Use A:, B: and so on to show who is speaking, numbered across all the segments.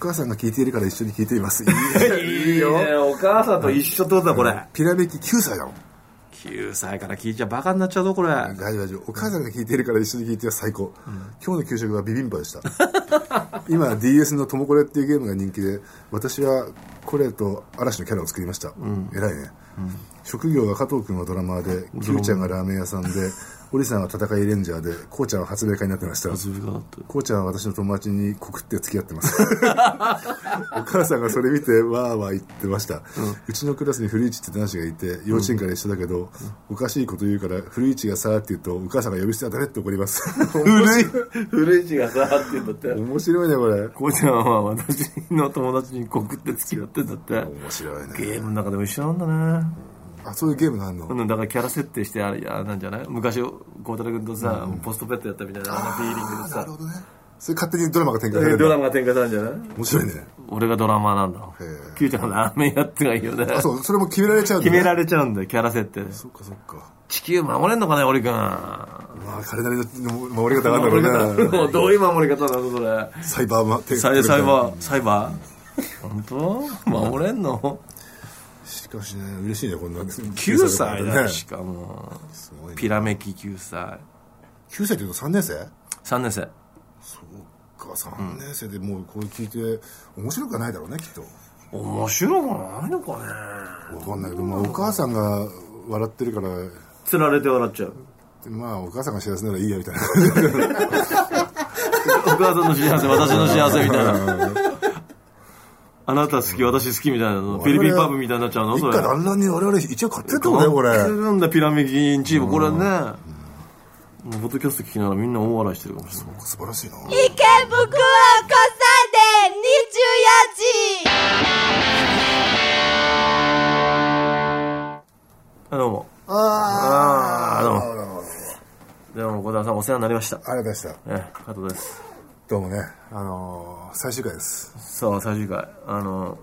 A: 母さんが聞いているから一緒に聞いてい ます。い
B: いいね。お母さんと一緒ってことだ、これ。
A: ピラメキ9歳だもん。
B: 9歳から聞いちゃバカになっちゃうぞ、これ。
A: 大丈夫大丈夫。お母さんが聞いているから一緒に聞いては最高。今日の給食はビビンバでした。 今 DS のトモコレっていうゲームが人気で、私はコレと嵐のキャラを作りました。偉いね。職業が加藤君はドラマーで、キューちゃんがラーメン屋さんで、織さんは戦いレンジャーで、こうちゃんは発明家になってました。こうちゃんは私の友達に告って付き合ってます。 お母さんがそれ見てわーわー言ってました、うちのクラスに古市って男子がいて幼稚園から一緒だけど、おかしいこと言うから古市がさーって言うとお母さんが呼び捨ては誰って怒ります
B: 古い。古い字がさ、って言うんだって。
A: 面白いねこれ
B: こうちゃんは私の友達に告って付き合ってんだって。
A: 面白い
B: ゲ
A: ね
B: ームの中でも一緒なんだね。
A: あそういうゲームがあるの、
B: うん、だからキャラ設定してあれやなんじゃない昔孝太郎君とさ、ポストペットやったみたいなあのフィーリングで
A: な
B: さ
A: るほどねそれ勝手にドラマが展開され
B: で
A: る
B: ドラマが展開されるんじゃない
A: 面白いね
B: 俺がドラマーなんだ
A: へえ
B: Q ちゃんのラーメンやってがいいよね
A: あそうそれも決められちゃうんだ、
B: 決
A: ね、
B: められちゃうんだよキャラ設定で
A: そっかそっか
B: 地球守れんのかね俺君
A: まあ彼なりの守り方があるんだろうね
B: もうどういう守り方なのそれ
A: サイバーマテ
B: サイサイバーサイバー本当守れんの
A: しかしね嬉しいねこんな9
B: 9歳だよしかも
A: すごいね
B: ピラメキ9歳
A: 9歳っていうと3年生
B: 3年生
A: そっか3年生でもうこれ聞いて面白くはないだろうねきっと
B: 面白くないのかね
A: 分かんないけど、まあ、お母さんが笑ってるから
B: つられて笑っちゃう
A: まあお母さんが幸せならいいやみたいな
B: お母さん の幸せ、私の幸せみたいな。あなた好き、私好きみたいなの。ピリピリパブみたいになっちゃうの
A: 一
B: それ。
A: 家団らんに我々一応買ってったもんねこれ
B: 買ってるんだ、ピラミキンチーム。これね。もうポッドキャスト聞きながらみんな大笑いしてるかもしれない。
A: 素晴らしいな
C: 池袋交差点24時
B: あどうも。
A: あ
B: あどうも。
A: あ
B: どうも、小田さんお世話になりました。
A: ありがとうございました
B: ええ、加藤です。
A: どうもねあのー最終回です
B: さあ、最終回。あの、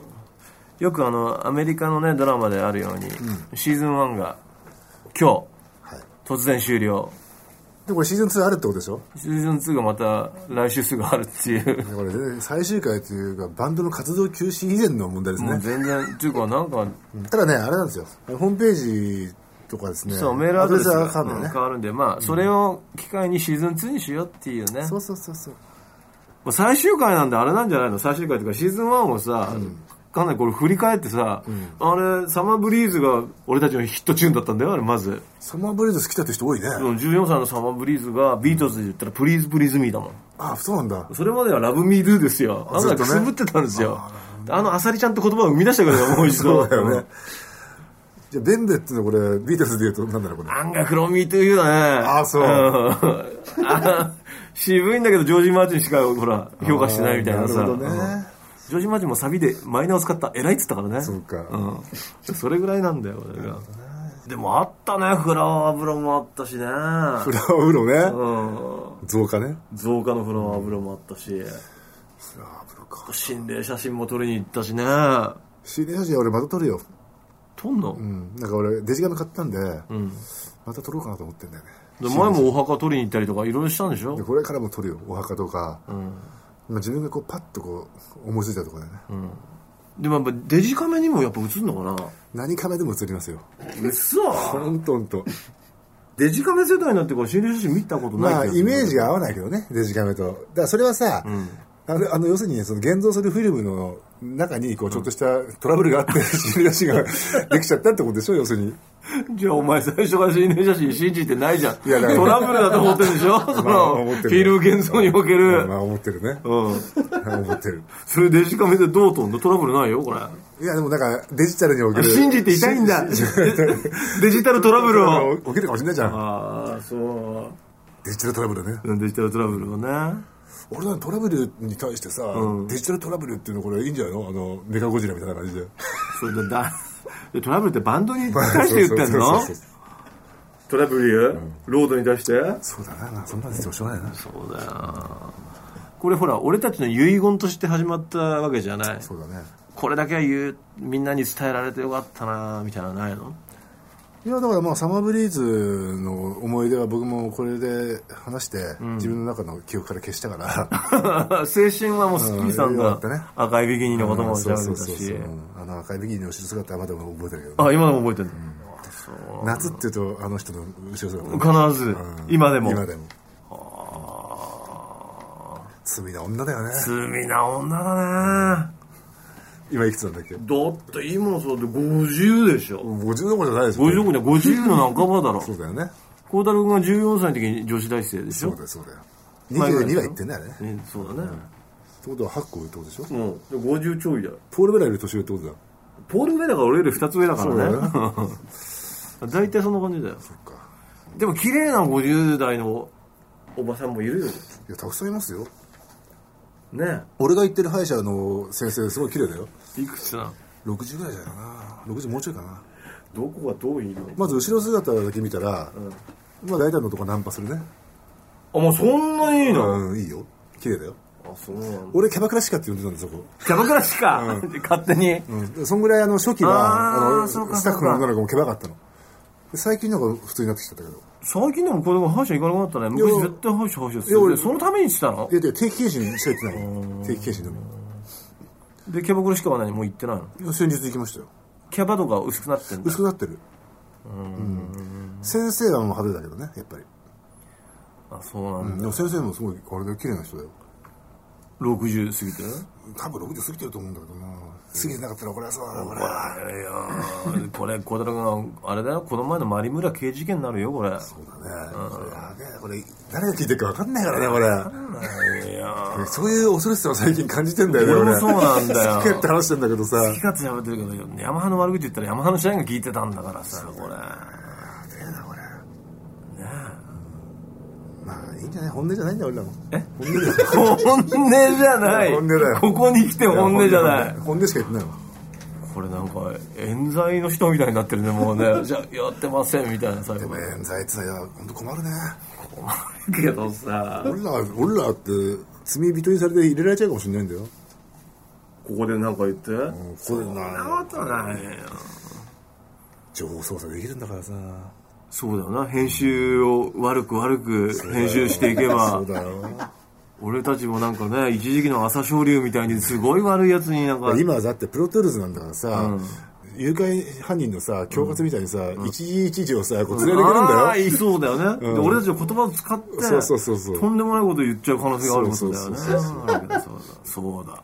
B: よくあの、アメリカのね、ドラマであるように、シーズン1が、今
A: はい
B: 日、突然終了。
A: でこれシーズン2あるってことでしょ
B: シーズン2がまた来週すぐあるっていう。
A: これ、ね、最終回というかバンドの活動休止以前の問題です
B: もう
A: ね
B: 全然、っていうか、なんか、
A: ただねあれなんですよホームページとかですね
B: そう、メールアドレス
A: ア
B: が
A: ドレスが変わるん
B: う
A: だ
B: ん
A: よね
B: 変わるんで、まあ、それを機会にシーズン2にしようっていうね。
A: そうそうそうそう
B: もう最終回なんであれなんじゃないの最終回とか、シーズン1をさ、かなりこれ振り返ってさ、あれ、サマーブリーズが俺たちのヒットチューンだったんだよ、あれ、まず。
A: サマーブリーズ好きだって人多いね、
B: その14歳のサマーブリーズがビートルズで言ったら、プリーズプリーズミーだもん。
A: あそうなんだ
B: それまではラブミードゥですよ。あんな
A: ずっ
B: ん
A: と
B: く
A: ね
B: すぶってたんですよ。あの、アサリちゃんって言葉を生み出したからねもう一
A: そ
B: 度。
A: うだよねじゃあベンベっていうのはこれビートルズで言うとなんだろうこれ
B: 案外黒みというだね。
A: あそうん
B: あ渋いんだけど、ジョージ・マーチンしか、ほら、評価してないみたいなさ。
A: なるほど
B: うん
A: ね
B: ジョージ・マーチンもサビでマイナーを使った、偉いっつったからね。
A: そうか
B: うん。それぐらいなんだよ、俺が。でもあったね、フラワー油もあったしね。
A: フラウロね
B: うん。
A: 増加ね
B: 増加のフラワー油もあったし、
A: フラウロか
B: 心霊写真も撮りに行ったしね。
A: CD 写真俺また撮るよ
B: 撮んの、
A: うんなんか俺デジカメ買ったんでまた撮ろうかなと思ってんだよね
B: で前もお墓撮りに行ったりとかいろいろしたんでしょ
A: でこれからも撮るよお墓とかまあ自分がこうパッとこう思いついたところだよね
B: でもやっぱデジカメにもやっぱ映んのかな
A: 何カメでも映りますよ
B: うっそ
A: ほんとほんと
B: デジカメ世代になってから心霊写真見たことない
A: まあ、
B: けど
A: イメージが合わないけどね、デジカメと。だからそれはさ、あの、あの要するにね、その現像するフィルムの中に、こう、ちょっとしたトラブルがあって、 心理写真ができちゃったってことでしょ、要するに。
B: じゃあお前最初から心霊写真信じてないじゃん。
A: いやだから
B: トラブルだと思ってるでし ょそ
A: まあ
B: の、
A: 思って
B: フ
A: る
B: ィルム現像における。
A: まあ、思ってる ね。
B: うん。
A: 思ってる。
B: それデジカメでどうとんのトラブルないよ、これ。
A: いや、でもなんか、デジタルにおけ
B: あ
A: る。
B: 信じていたい んだ。デジタルトラブルを。
A: 起きるかもしれないじゃん。
B: ああ、そう。
A: デジタルトラブルね。
B: デジタルトラブルをね。
A: 俺らのトラブルに対してさ、デジタルトラブルっていうのこれいいんじゃないのあの、メカゴジラみたいな感じで。
B: それでだ、 でトラブルってバンドに対して言ってん
A: そう
B: の
A: そうそう
B: トラブルロードに対して
A: そうそうだな、まあ、そんなんですよ、しょうがないな。
B: そうだよ。これほら、俺たちの遺言として始まったわけじゃない。
A: そうだね。
B: これだけは言うみんなに伝えられてよかったなみたいなのないの
A: いやだからまあサマーブリーズの思い出は僕もこれで話して、自分の中の記憶から消したから
B: 青春はもうスッキリさん
A: うんよか
B: が
A: ったね
B: 赤いビキニのこともおっしゃ
A: そう
B: るん
A: そ
B: だ
A: うそうそ
B: し
A: ううんあの赤いビキニの後ろ姿はまだ覚えてるけど、
B: あ今でも覚えてる
A: 夏っていうとあの人の後ろ姿ね
B: 必ず 今でも
A: 今でも罪な女だよね
B: 罪な女だね
A: 今いくつなんだっけ
B: だって今そうで50でしょ
A: 50どころじゃないですよ
B: 50じゃ50の半ばだろ
A: そうだよね
B: 孝太郎君が14歳の時に女子大生でし
A: そ
B: ょ
A: うだよそうだよ
B: まあ
A: 22は言ってんだよね
B: ねそうだね
A: ってことは8個上ってことでしょ
B: もう50ちょいだよ
A: ポールぐらいより年上ってことだ
B: ポール・ベラが俺より2つ上だか
A: そうだ
B: らね
A: よね
B: 大体そんな感じだよ
A: そっか
B: でも綺麗な50代のおばさんもいるよ
A: いやたくさんいますよ
B: ね
A: 俺が行ってる歯医者の先生すごい綺麗だよ
B: いくつな
A: 60ぐらいじゃないかな60もうちょいかな
B: どこがどういいの
A: まず後ろ姿だけ見たら、まあ大体のとこナンパするね
B: あもうそんないいの
A: うんいいよ綺麗だよ
B: あそうなんだ
A: 俺キャバクラシカって呼んでたんですよそこ
B: キャバクラしか 勝手に
A: うん、そんぐらいあの初期は
B: あー
A: あの
B: そうか
A: スタッフの女の子もけばかったので最近なんか普通になってきちゃったけど
B: 最近でも子供歯医者行かなくなったね
A: いや
B: 昔絶対歯医者歯医者す
A: いや
B: る
A: 俺
B: でそのためにしてたの
A: いやいや定期検診しか行ってないの定期検診でも
B: でキャバクラしかは何もう行ってないの
A: いや先日行きましたよ
B: キャバとか薄くなってんだ
A: 薄くなってるうん先生はもう派手だけどねやっぱり、
B: あそうなんだ、
A: うん、でも先生もすごいあれだよ綺麗な人だよ
B: 60過ぎて
A: 多分60過ぎてると思うんだけどな過ぎてなかったらこれはそうだなこれ
B: あれよーこれ孝太郎君あれだよこの前のマリムラ刑事事件になるよこれいや
A: そうだねこれやべえこれ誰が聞いてるか分かんないからねこれ
B: ー
A: そういう恐ろしさを最近感じてんだよね
B: 俺もそうなんだよ
A: 好き勝手話してんだけどさ
B: 気がつやめてるけどヤマハの悪口言ったらヤマハの社員が聞いてたんだからさこれ
A: まあいいんじゃない本音じゃないんだよ俺らもえ本音じゃない
B: 本音じゃない
A: いや本音だよ
B: ここに来て本音じゃない
A: 本音しか言ってないわ
B: これなんか冤罪の人みたいになってるねもうねじゃあやってませんみたいな最
A: で
B: 後
A: も冤罪ってさいや本当困るね
B: けどさ
A: 俺ら俺らって罪人にされて入れられちゃうかもしれないんだよ
B: ここで何か言って
A: ここでな
B: ことないよ
A: 情報操作できるんだからさ
B: そうだよな編集を悪く悪く編集していけば
A: そうだよ
B: 俺たちもなんかね一時期の朝青龍みたいにすごい悪いやつになんか
A: 今はだってプロトゥールズなんだからさ、誘拐犯人のさ恐喝みたいにさ、一時一時をさこう連れてくるんだよ、
B: あーいそうだよね、で俺たちの言葉を使って
A: そうそうそうそう
B: とんでもないこと言っちゃう可能性があることだよね
A: そうそう
B: そうだ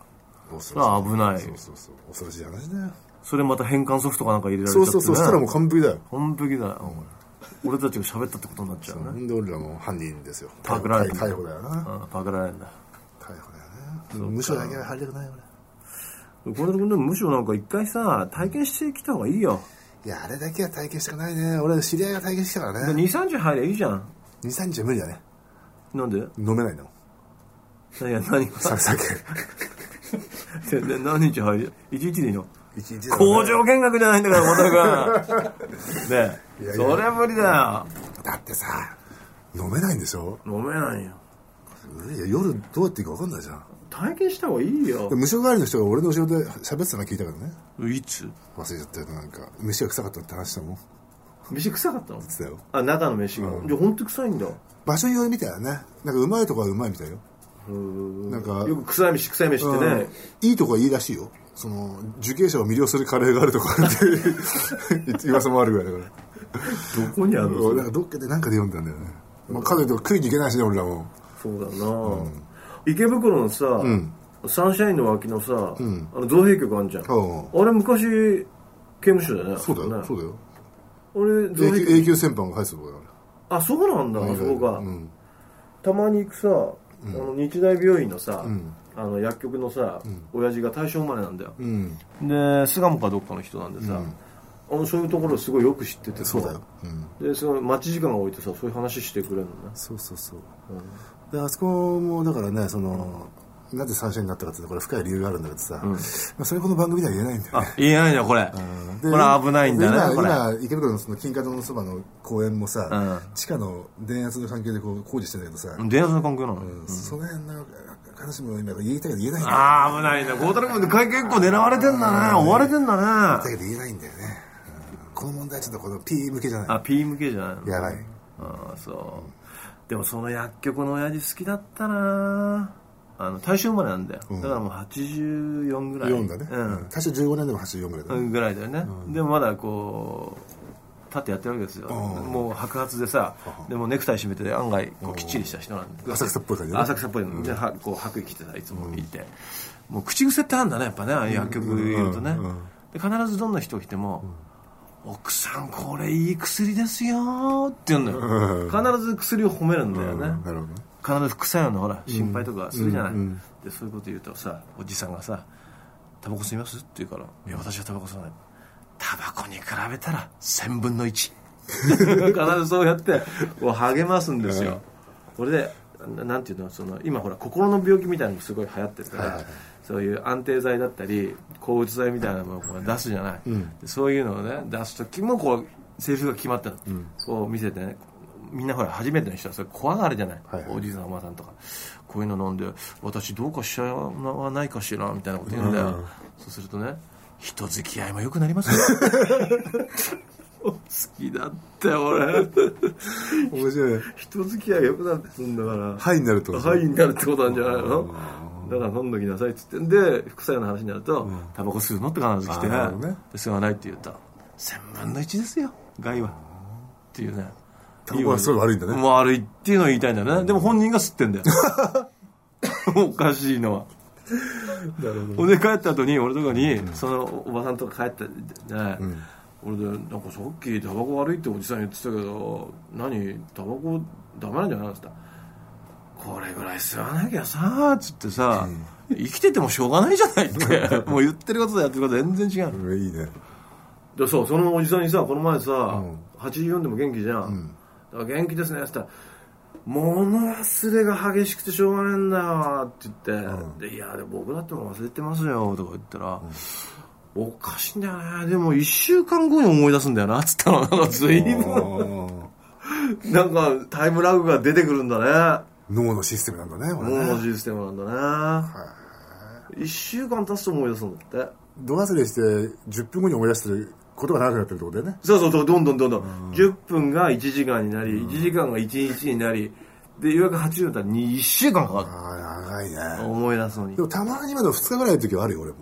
A: そ
B: それは危ない
A: そうそうそう恐ろしい話だよ
B: それまた変換ソフトかなんか入れられちゃ
A: そ
B: っ
A: う
B: て、ね、
A: そうそうそしたらもう完璧だよ
B: 完璧だよ、俺たちが喋ったってことになっちゃう
A: な
B: ね、
A: んで俺らも犯人ですよ
B: パクられた
A: 逮捕だよな、
B: うん、パクられるんだ
A: 逮捕だよね無所だけは入りたくないよね
B: 小田君でもむしろなんか一回さ体験してきた方がいいよ
A: いやあれだけは体験したくないね俺知り合いが体験したからね
B: 2 3 0入りゃいいじゃん
A: 23日は無理だね
B: なんでい
A: 飲めないの
B: や何が
A: さ 酒
B: で何日入り1日でいいの
A: 一日だね
B: 工場見学じゃないんだから 小田君ねえ
A: いやいや
B: それは無理だ
A: だってさ飲めないんでしょ
B: よ飲めないよ
A: 無理だよ夜どうやっていいか分かんないじゃん
B: 体験した方がいいよ
A: で無所代わりの人が俺の後ろで喋ってたの聞いたからね
B: いつ
A: 忘れちゃったよなんか飯が臭かったって話したもんって
B: 飯臭かったの
A: 言ってたよ
B: あ中の飯が、じゃあ本当臭いんだ
A: 場所によるみたいだねなんかうまいとこはうまいみたいよなんか
B: よく臭い飯臭い飯ってね
A: いいとこはいいらしいよその受刑者を魅了するカレーがあるとこあるって いう噂もあるぐらいだから
B: どこにあるのそ
A: 俺
B: れ
A: なんかどっかでなんかで読んだんだよね、まあ、家族と食いに行けないしね俺らも
B: そうだな、池袋のさ、サンシャインの脇のさ、あの造幣局あんじゃん、
A: う
B: あれ昔刑務所だよね
A: そうだよ、
B: ね
A: そうだよ
B: 俺造
A: 永
B: 幣
A: 久
B: 局
A: 永久戦犯が入ってたとこだか
B: あそうなんだ、
A: ら
B: そこが、
A: うん、
B: たまに行くさ、あの日大病院のさ、あの薬局のさ、親父が大正生まれなんだよ、
A: うん、
B: で巣鴨かどっかの人なんでさ、あのそういうところすごいよく知ってて
A: そうだよ、うん、
B: でその待ち時間が多いとさそういう話してくれるのね
A: そうそうそう、であそこもだからねその、なぜ三者になったかっていうとこれ深い理由があるんだけどさ、まあ、それこの番組では言えないんだよね
B: 言えないじゃんこれ
A: で
B: な
A: 今今池袋のその金華堂のそばの公園もさ、地下の電圧の関係でこう工事してんだけどさ、
B: 電圧の関係なの、
A: その辺の話も今言いたいけど言えないんだよ
B: ああ、危ないな。孝太郎君、結構狙われてんだね。追われてんだ
A: だ
B: ね。
A: けど言えないんだよねこの問題はちょっとこの P 向けじゃない
B: あ P 向けじゃないの
A: やばい
B: ああそうでもその薬局の親父好きだったなあの大正生まれなんだよ、だからもう84ぐらい
A: 4だね、
B: うん
A: 最初15年でも84ぐらいだね、
B: ぐらいだよね、でもまだこう立ってやってるわけですよ、もう白髪でさでもネクタイ締めて案外こうきっちりした人なんで
A: 浅草っぽい感じだね
B: 浅草っぽいので、はこう白衣着てさいつもいて、もう口癖ってあるんだねやっぱねああいう薬局いるとね、で必ずどんな人来ても、奥さんこれいい薬ですよーって言うんだよ、必ず薬を褒めるんだよね、
A: なるほどね
B: 必ず副作用のほら心配とかするじゃない、でそういうこと言うとさおじさんがさ「タバコ吸います?」って言うから「いや私はタバコ吸わない」「タバコに比べたら1000分の1」必ずそうやってこう励ますんですよこれでななんていうのその今ほら心の病気みたいなのもすごい流行ってるから、そういう安定剤だったり抗うつ剤みたいなものをこう出すじゃない、でそういうのをね出す時もこうセリフが決まったの、こう見せてねみんなほら初めての人はそれ怖がるじゃない、
A: はいはい
B: おじいさんおばあさんとかこういうの飲んで私どうかしちゃわないかしらみたいなこと言うんだよ、そうするとね人付き合いも良くなります よ好きだって俺
A: 面白い
B: 人付き合いが良くなってすんだから
A: ハイになるってこと
B: はいになるってことなんじゃないのだから飲んどきなさいっつってんで副作用の話になると、タバコ吸うのって必ず来て、
A: あーなるほどね
B: で吸わないって言うと1000分の1ですよ害はっていうね
A: タバコはそれ悪いんだね
B: もう悪いっていうのを言いたいんだよねでも本人が吸ってん だよおかしいのは
A: なるほ
B: ほんで帰った後に俺とかに、そのおばさんとか帰ったじゃない、俺で「なんかさっきタバコ悪いっておじさん言ってたけど何タバコダメなんじゃない?」っつったらこれぐらい吸わなきゃさ」っつってさ、生きててもしょうがないじゃないって もう言ってることとやってること全然違うの
A: どいいね
B: でそうそのおじさんにさこの前さ、84でも元気じゃん、だから元気ですねって言ったら物忘れが激しくてしょうがないんだよって言って、でいやでも僕だってもう忘れてますよとか言ったら、おかしいんだよねでも1週間後に思い出すんだよなっつったのなんか随分
A: あ
B: なんかタイムラグが出てくるんだね
A: ー脳のシステムなんだね俺
B: 物の
A: ね
B: システムなんだね1週間経つと思い出すんだって
A: 度忘れして10分後に思い出してることが長くなってるってことだよね
B: そうそうそう、どんどんどんどん。10分が1時間になり、1時間が1日になり、で、予約80だったら1週間かか
A: ああ長い
B: る。
A: ね
B: 思い出すのに
A: で。もたまに今の2日ぐらいの時はあるよ俺も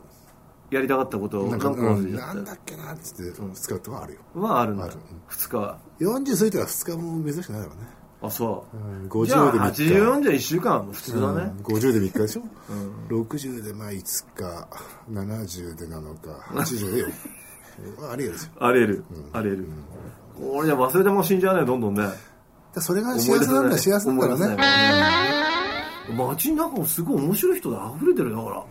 B: やりたかったことを
A: な
B: なんん
A: か、
B: か
A: う
B: 忘
A: ん、
B: れちゃ
A: な
B: っ
A: ん
B: て。
A: だっけなっつって2日とかあるよ
B: はあるんだ
A: ある。
B: 2日は。
A: 40過ぎたら2日も珍しくないだろうね
B: あ、そ
A: ん
B: う。
A: 50
B: じゃあ
A: で三日
B: 84じゃ1週間はもう普通だね。
A: 50で3日でしょ、60でまあ5日70で7日80で4日ありえるですよ
B: あり得る。あり得る。これじゃ忘れても死んじゃうね、どんどんね。
A: だからそれが幸せなんだ幸せなんだろうね
B: ね。街の中もすごい面白い人で溢れてるよだから。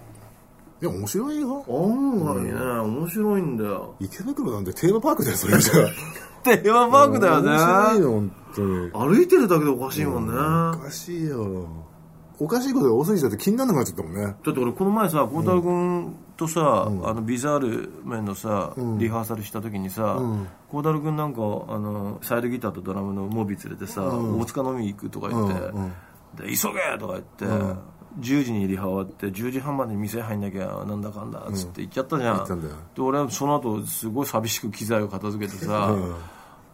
A: いや面白いよ
B: 案外ね、面白いん だよ。
A: 池袋なんてテーマパークだよそれじゃ
B: テーマパークだよね。
A: 面白いよ本当に
B: 歩いてるだけでおかしいもんね、
A: おかしいよおかしいことが多すぎちゃって気にならなくなっちゃったもんね
B: だって俺この前さ孝太郎君とさ、あのビザール面のさ、リハーサルした時にさ孝太郎君なんかあのサイドギターとドラムのモビ連れてさ、大塚飲み行くとか言って、で急げとか言って、10時にリハ終わって10時半までに店入んなきゃなんだかんだっつって行っちゃったじゃん,、
A: 行ったんだよ
B: で俺はその後すごい寂しく機材を片付けてさ、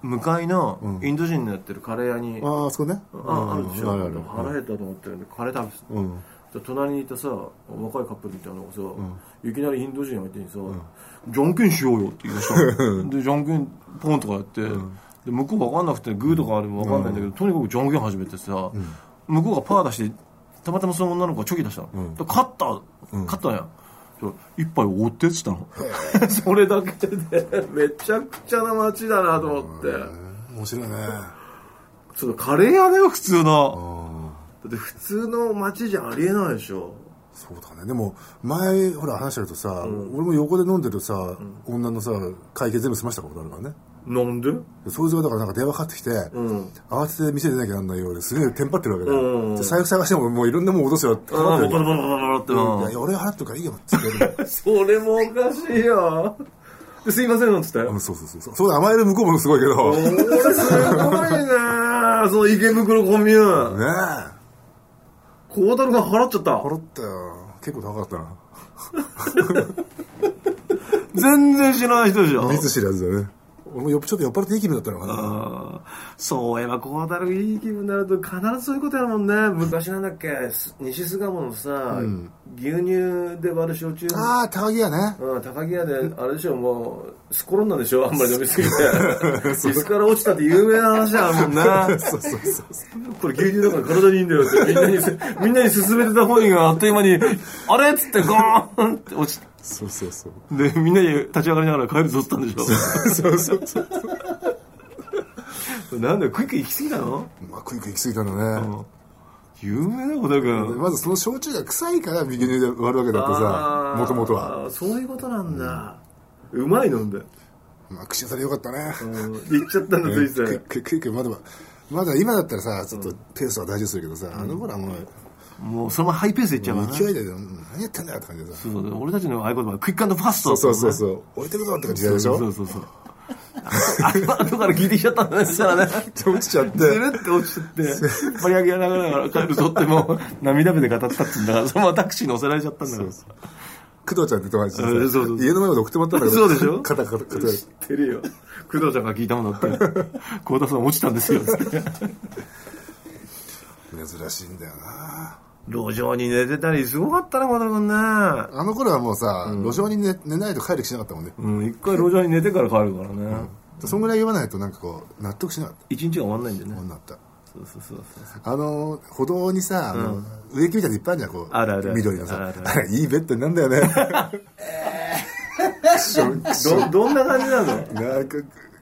B: 向かいのインド人のやってるカレー屋に、
A: ああそこね
B: ああるでしょ、
A: うんあるある
B: 腹減ったと思ってカレー食べてた、で隣にいたさ若いカップルみたいなのがさ、いきなりインド人相手にさ、じゃんけんしようよって言いましたでじゃんけんポンとかやって、で向こう分かんなくてグーとかあれも分かんないんだけど、とにかくじゃんけん始めてさ、向こうがパー出してたまたまその女の子がチョキ出したの、で勝った勝ったんや、そう一杯おごってっつったの それだけでめちゃくちゃな街だなと思って、
A: 面白いね
B: そのカレー屋だよ普通のだって普通の街じゃありえないでしょ
A: そうだねでも前ほら話してるとさ、俺も横で飲んでるとさ、女のさ会計全部済ましたことあるからね
B: なんで
A: でそいつがだからなんか電話かかってきて、
B: うん
A: 慌てて店出なきゃなんないようですげえテンパってるわけだよ、
B: うんうんうん
A: で財布探してももういろんなもん落とすよって
B: ああ
A: っ
B: バ
A: て
B: ラ
A: る
B: バ
A: わ
B: ラバラバラって
A: けいやいや俺が払っとくからいいよって言って
B: それもおかしいよですいませんなんつって
A: うんそうそうそうそうそうだ甘える向こうもすごいけどね
B: 俺すご いなその池袋コミューン
A: え
B: 孝太郎が払っちゃった
A: 払ったよ結構高かったな
B: 全然知らない人でしょ
A: 見ず知らずだね俺もよっちょっと酔っ払っていい気分だったのかな
B: あーそういえば孝太郎いい気分になると必ずそういうことやるもんね昔なんだっけす西巣鴨のさ、牛乳で割る焼酎
A: ああ高木やね
B: うん、高木屋であれでしょもうすっ転んだでしょあんまり飲みすぎ て椅子から落ちたって有名な話だもんな
A: そうそうそう
B: これ牛乳だから体にいいんだよってみんなに みんなに勧めてた本人があっという間にあれっつってゴーンって落ちて
A: そうそうそう
B: でみんなに立ち上がりながら帰るぞっつったんでしょ
A: そうそうそう
B: なんだよクイック行き過ぎなの
A: まあクイック行き過ぎたんだね
B: 有名なことだから
A: まずその焼酎が臭いから右に割るわけだってさ
B: あー
A: もともとは
B: そういうことなんだ、うまいのんだよ
A: まあ口当たりよかったね
B: 言っちゃったんだつ
A: クイ
B: いて
A: ッククイックまだまだ今だったらさちょっとペースは大事するけどさあの頃はもう
B: もうそのままハイペースでいっちゃうからな
A: 勢いでうん何やってんだよって感じでさ
B: そうそう俺たちの合言葉はクイックファストだった
A: そうん
B: もね
A: そうそう置いてくぞって感じでしょ
B: そうそうそうあの後から聞いてきちゃったんだねそしたらね
A: 落ちちゃって
B: ずるって落ちちゃって盛り上げながら帰るぞってもう涙目で語ったってんだからそのままタクシーに乗せられちゃったんだから
A: そ工藤ちゃんって友達でさ
B: うんそうそう
A: 家の前まで送ってもらったんだけど
B: そうでしょ
A: 肩肩肩
B: 知ってるよ工藤ちゃんが聞いたもんだって幸田さん落ちたんですよつって
A: 珍しいんだよな
B: 路上に寝てたりすごかったな小田君ね
A: あの頃はもうさ、路上に寝寝ないと帰る気しなかったもんね、
B: うん、一回路上に寝てから帰るからね。
A: そんぐらい言わないとなんかこう納得しなかっ
B: 一、日が終わんないんで
A: た
B: ね。
A: 女だった
B: そうそうそうそう。
A: あのー歩道にさ、あの植木みたいなのいっぱいあるじゃんこう
B: あるある
A: 緑のさ
B: あるある
A: あれいいベッドになんだよね
B: ど、どんな感じなの
A: なんか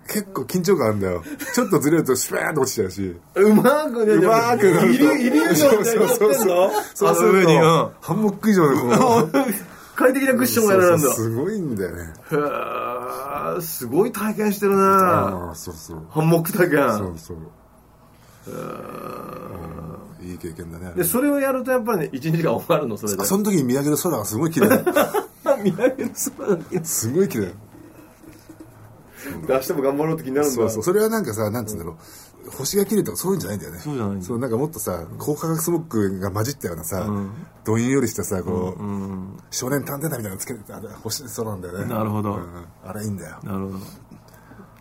A: 結構緊張感あるんだよちょっとずれるとシュワーンと落ちちゃうし
B: うまーくね、
A: うまーくなると
B: イリュイリュージョンみたいになってんの
A: そうす
B: あの上
A: ると
B: に、う
A: ハンモック以上 のこの
B: ん。快適なクッションがやられるんだ
A: そうそうすごいんだよね。
B: へーすごい体験してるな
A: ああ、そうそう。
B: ハンモック体験。
A: そうそう。うんいい経験だね。
B: で、それをやるとやっぱりね、一日が終わるの、それで
A: あ。その時に見上げる空がすごい綺麗 だ。
B: 見上げる空だけ
A: すごい綺麗。
B: 明日も頑張ろうって気になるんだ。
A: そうそう。それはなんかさ、なんつうんだろう。星が綺麗とかそういうんじゃないんだよね。
B: そうじゃないんだ
A: そう、なんかもっとさ、高化学スモッグが混じったようなさ、どんよりしたさ、こう、少年探偵団みたいなのつけてあれ星空なんだよね。
B: なるほど
A: うんあれいいんだよ。
B: なるほど。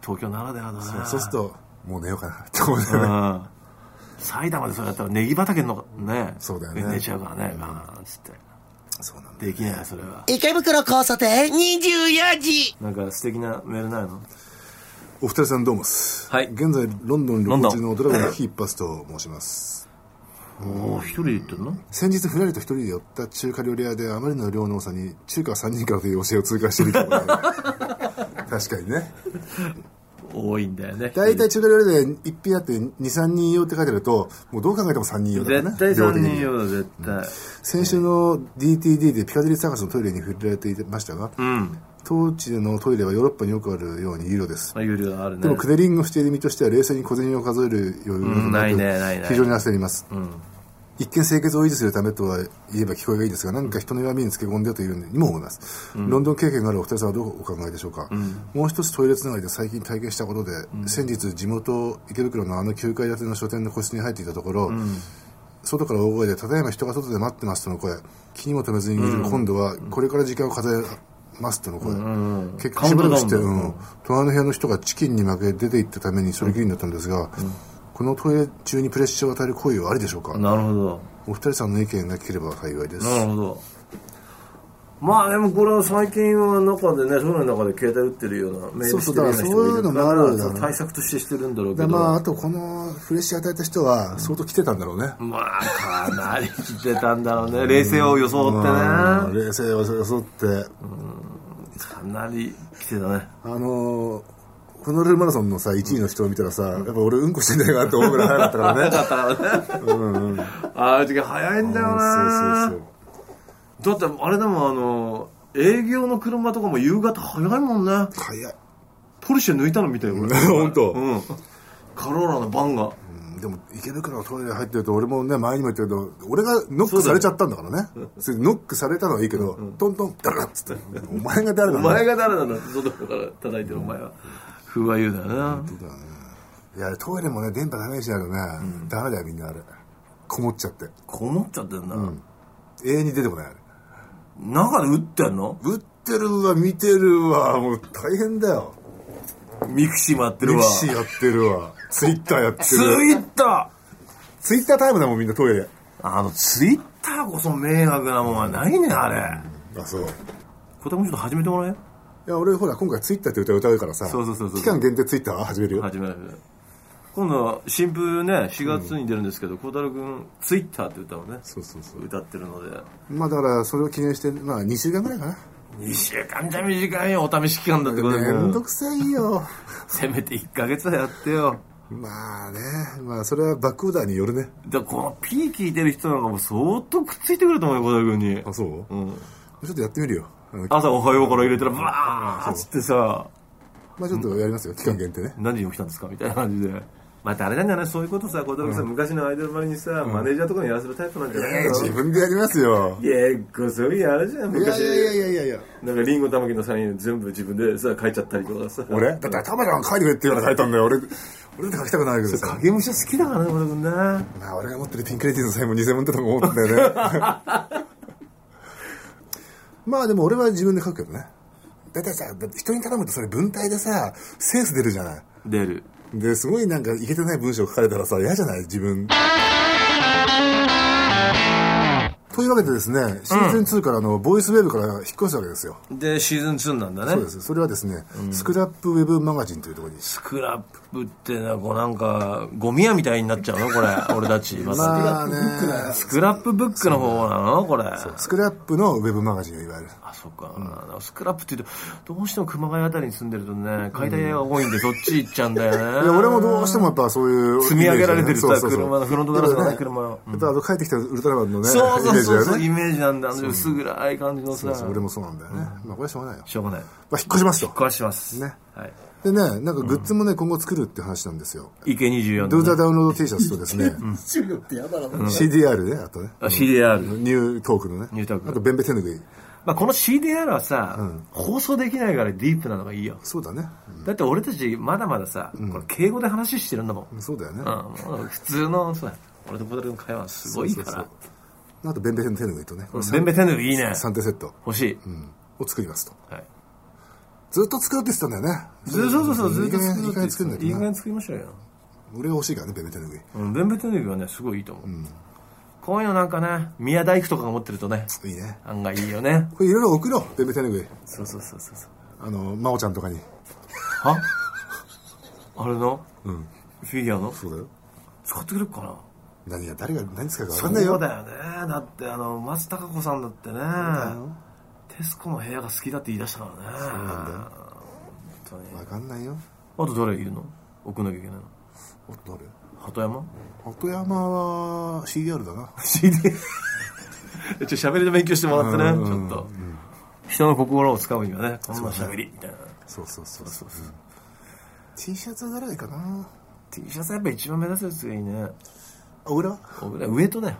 B: 東京ならではだな
A: そうそうすると、もう寝ようかなって思うんだよね。
B: うん埼玉でそれやったらネギ畑のね
A: そうだよね
B: 寝ちゃうからねバーンっつって
A: そうなんだよ。
B: できないそれは
D: 池袋交差点24時
B: なんか素敵なメールないの
A: お二人さんどうもっす。
B: はい
A: 現在、ロンドン旅行中のドラゴンの日一発と申します。
B: おお一人で行ってるの
A: 先日、ふらりと一人で寄った中華料理屋であまりの量の多さに、中華3人からという教えを通過してみたことがある確かにね。
B: 多いんだよね
A: 大体中華料理屋で一品あって2、3人用って書いてあると、もうどう考えても3人用だからね。
B: 絶対3人
A: 量的に
B: よ絶対
A: 先週の DTD でピカデリー探しのトイレに触れられていましたが、
B: うん
A: 当地のトイレはヨーロッパによくあるように有料です。
B: まあ有料があるね
A: でもクネリングしている身としては冷静に小銭を数える余裕
B: うん
A: が
B: ないねないね
A: 非常に焦ります、一見清潔を維持するためとは言えば聞こえがいいですが何か人の弱みにつけ込んでというようにも思います、ロンドン経験があるお二人さんはどうお考えでしょうか、もう一つトイレつながりで最近体験したことで、先日地元池袋のあの9階建ての書店の個室に入っていたところ、外から大声で「ただいま人が外で待ってます」との声気にも留めずにいる、今度は「これから時間を数えます」との声、結果しばらくして、
B: カウントダウンだ
A: うん隣の部屋の人がチキンに負け出て行ったためにそれきりになったんですが、このトイレ中にプレッシャーを与える行為はありでしょうか
B: なるほど
A: お二人さんの意見が聞ければ幸いです
B: なるほどまあでもこれは最近は中でね、そういうの中で携帯打ってるようなメールしてるような人
A: そうそうだからそうい
B: が
A: う
B: いる
A: の
B: か
A: もある
B: ら
A: んだね
B: そう対策としてしてるんだろうけ
A: で
B: ど、
A: まあ、あとこのフレッシュ与えた人は相当来てたんだろうね、
B: まあかなり来てたんだろうね冷静を装ってね
A: うん冷静を装って、
B: かなり来てたね
A: あのーホノルルマラソンのさ1位の人を見たらさ、やっぱ俺うんこしてんだよなって思うぐらい早かったからね
B: ああいう時早いんだよな
A: そうそう
B: だってあれでもあの営業の車とかも夕方早いもんね
A: そう早い
B: ポルシェ抜いたのみたい俺
A: 本当
B: うんカローラのバンが
A: うんでも池袋のトイレ入ってると俺もね前にも言ったけど俺がノックされちゃったんだからねそれでノックされたのはいいけど、トントンダラッつって「お前が誰
B: お
A: だ
B: 前
A: が
B: が誰なんだって外から叩いてるお前は風は言うだよない
A: やトイレもね電波ダメージあるね、ダメだよみんなあれこもっちゃって
B: こもっちゃってんな、
A: 永遠に出てこないあれ
B: 中で打ってんの
A: 打ってるわ見てるわもう大変だよ
B: ミクシーもやって
A: ミ
B: る
A: ク
B: わ。
A: シーやってるわ。ツイッターやって
B: ツ
A: る。
B: イッタ
A: ツイッタータイムだもん、みんなトイレ。
B: ーあの、ツイッターこそ迷惑なもんはないね、あれ。
A: あ、そう。い
B: 小田君ちょっと始めてもらえ
A: や、俺ほら、今回ツイッターって歌歌うからさ、
B: そうそうそうそう
A: 期間限定ツイッター始めるよ。
B: 始める。今度は新風ね、4月に出るんですけど、小太郎君、ツイッターって歌をね、
A: そうそうそう。
B: 歌ってるので、
A: まあだから、それを記念して、まあ2週間ぐらいかな。
B: 2週間じゃ短いよ、お試し期間だってことだけ
A: めんど
B: ど、
A: くさいよ。
B: せめて1ヶ月はやってよ。
A: まあね、まあそれはバックオーダーによるね。
B: でこの P 聞いてる人なんかもう相当くっついてくると思うよ、小田君に。
A: あ、そう、
B: う
A: ち
B: ん、
A: ょっとやってみるよ。あの
B: 朝おはようから入れたら、バーッつってさ、
A: まあちょっとやりますよ、期間限定ね。
B: 何時に起きたんですかみたいな感じで。またあれなんじゃないそういうことさ、小田君さ、昔のアイドルばりにさ、マネージャーとかにやらせるタイプなんじゃない
A: えー
B: の
A: 自分でやりますよ。
B: 結構そういうのあるじゃん、
A: いや
B: 昔。
A: いやいやいやいやいや。
B: なんかリンゴ玉木のサイン全部自分でさ書いちゃったりとかさ
A: 俺だって玉ちゃんが書いてくれって言うから書いたんだよ。俺、俺って書きたくないけどさ。
B: 影武者好きだからね小田君な
A: まあ俺が持ってるピンクレディーズのサインも偽物だと思うんだ よね。まあでも俺は自分で書くけどね。だってさ、だって人に頼むとそれ文体でさ、センス出るじゃない。
B: 出る
A: で、すごいなんかいけてない文章書かれたらさ、嫌じゃない自分。というわけでですね、シーズン2からあの、ボイスウェブから引っ越したわけですよ。
B: でシーズン2なんだね
A: そうです。それはですね、スクラップウェブマガジンというところに。
B: スクラップってなこうなんかゴミ屋みたいになっちゃうの これ俺たちまた
A: まあね、
B: スクラップブックの方なのこれ
A: スクラップのウェブマガジンをいわゆる。
B: あそっか、スクラップって言うとどうしても熊谷あたりに住んでるとね解体屋が多いんでそっち行っちゃうんだよ
A: い
B: ね
A: や俺もどうしてもやっぱそういう
B: 積み上げられてる
A: そうそうそう
B: さ車のフロントガラスのね
A: やっぱ
B: 車のうん
A: やっぱあの帰ってきたウルトラマンのね
B: そうそうそうそう
A: イメージだよね
B: イメージなんだあの薄暗い感じのさ
A: そうそう俺もそうなんだよねまあこれはしょうがないよ
B: しょうがない
A: まあ引っ越しますと
B: 壊します
A: ね
B: はい
A: でねなんかグッズもね今後作るって話なんですよ
B: 池24
A: ドゥー
B: の
A: ザダウンロード T シャツとですね CDR ねあとね
B: あ CDR、
A: ニュートークのね
B: ニュートーク
A: あとベンベ手ぬぐい
B: まあ、この CDR はさ、放送できないからディープなのがいいよ
A: そうだね
B: だって俺たちまだまださ、これ敬語で話してるんだもん、うん
A: うんそうだよね
B: もう普通のそうだ俺と小太郎の会話すごいから
A: そうあとベンベ手ぬぐいとねこれ
B: ベンベテンヌいいね
A: 3点セット
B: 欲しい、
A: うんを作りますと
B: はい、
A: ずっと作るって言ってたんだよね
B: ずそうそうそうずっと
A: いい加減作
B: 作
A: ん
B: る
A: ない
B: っ
A: と
B: ていい加
A: ね
B: 減作りましょうよ、
A: 俺が欲しいからねベンベ手ぬぐい
B: うん、ベンベテンヌはねすごいいいと思う、こういうのなんかね宮大工とかが持ってるとね
A: いいね
B: 案外いいよね
A: これいろいろ送ろう、ベンベ手ぬぐい。
B: そうそうそうそうそう
A: あの、真央ちゃんとかに。
B: はあれの、フィギュアの
A: そうだよ。
B: 使ってくれるかな
A: 何が、誰が何使うか分
B: そ
A: か
B: うん
A: ないよ。
B: だよねだってあの松たか子さんだってねテスコの部屋が好きだって言い出したからねそう
A: なんだよ
B: 本当に
A: 分かんないよ。
B: あと誰いるの送んなきゃいけないの
A: おっとある
B: 鳩山
A: 鳩山は CDR だな。
B: CD ちょ喋りの勉強してもらってねちょっと人の心をつかむにはねこんな喋りみたいな
A: そうそうそうそう。うん T シャツは誰がいいかな
B: T シャツやっぱ一番目指すやつがいいね
A: 小倉
B: 小倉上とだよ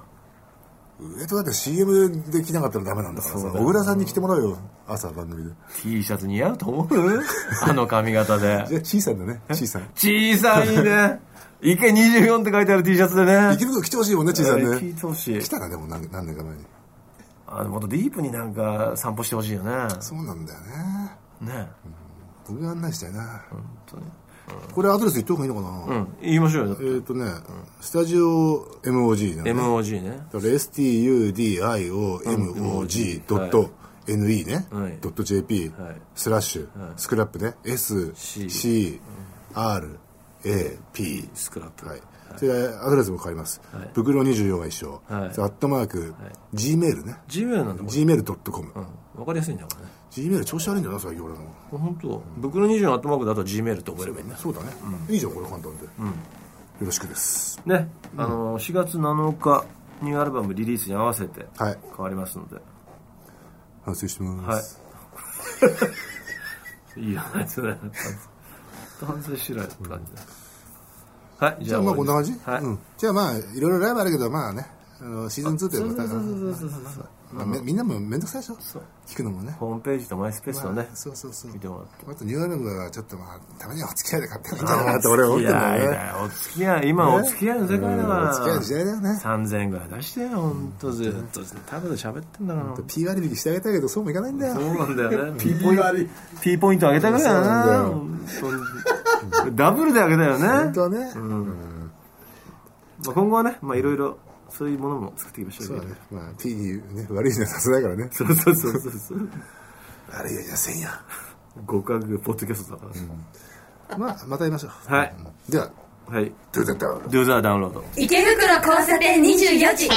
A: 上とだって CM で着なかったらダメなんだからさ。小倉さんに着てもらうよ。朝番組で。
B: T シャツ似合うと思う あの髪型で
A: じゃあ C さんだね。C さん。
B: 小さい ね一回24って書いてある T シャツでね
A: 池袋来てほしいもんね、C さん
B: 聞い
A: ね。
B: てほしい
A: 来たらでも何何年か前に。
B: あのもっとディープになんか散歩してほしいよね
A: そうなんだよね。
B: ね
A: 僕が案内したいな。
B: 本当に
A: これアドレス言った方がいいのかな
B: うん言いましょうよだって
A: えっ、ー、とね、スタジオ MOG なのね、
B: MOG ね
A: だから studiomog.ne ね、
B: はい
A: .jp、
B: はい
A: スラッシュ、スクラップね、
B: C
A: scrap、
B: スクラップ
A: はい。それでアドレスも変わります。
B: はい
A: 袋24が一緒。
B: はい
A: それアットマーク、gmail ね。
B: Gmail なんだこれ
A: gmail.com。
B: わかりやすいんだからね
A: gmail 調子悪いんだよな、最近俺の。
B: 本当。袋20のアットマークだと Gmail って覚えればいいんだ
A: そうだね。いいじゃん、これ簡単で。よろしくです。
B: ねあの4月7日ニューアルバムリリースに合わせて
A: は
B: 変
A: い
B: わりますので
A: 反省してま
B: は
A: す。
B: いいいよねそれ完成しろよって感じだはいじ
A: じ
B: ゃ
A: ゃ
B: あ
A: あまあこんな感じ、
B: はい
A: うん、じゃあまあいろいろライブあるけどまあねあのシーズン2でまた
B: そうそうそうそうそう
A: まあめみんなもめんどくさいでしょ聞くのもね
B: ホームページとマイスペースをね、
A: そうそうそう
B: 見てもらって
A: あとニューアルバムはちょっとまあたまにはお付き合いで買ってみたいなと俺は思ってんだよ
B: いやい
A: ね
B: やお付き合い今お付き合いの世界だか
A: うん
B: ら
A: お付き合いの時代だよね
B: 3000円ぐらい出してよ本当ずっとタブで喋ってんだから
A: ピー割引してあげたいけどそうもいかないんだよ
B: そうなんだよ ね P ポイント P ポイント上げたくらいだな
A: そう
B: 本当にダブルで上げたよね
A: 本当はね
B: まあ、今後はねまあいろいろそういうものも作っていきましょう
A: そう
B: よ
A: だねまあ P にね悪いにはさせないからね
B: そうそうそうそうそう
A: 悪いよじゃせんや
B: 極悪ポッドキャストだから、
A: まあまた会いましょう
B: はい
A: では
B: はい
A: トゥータッタウン
B: Do the download
C: 池袋交差点24時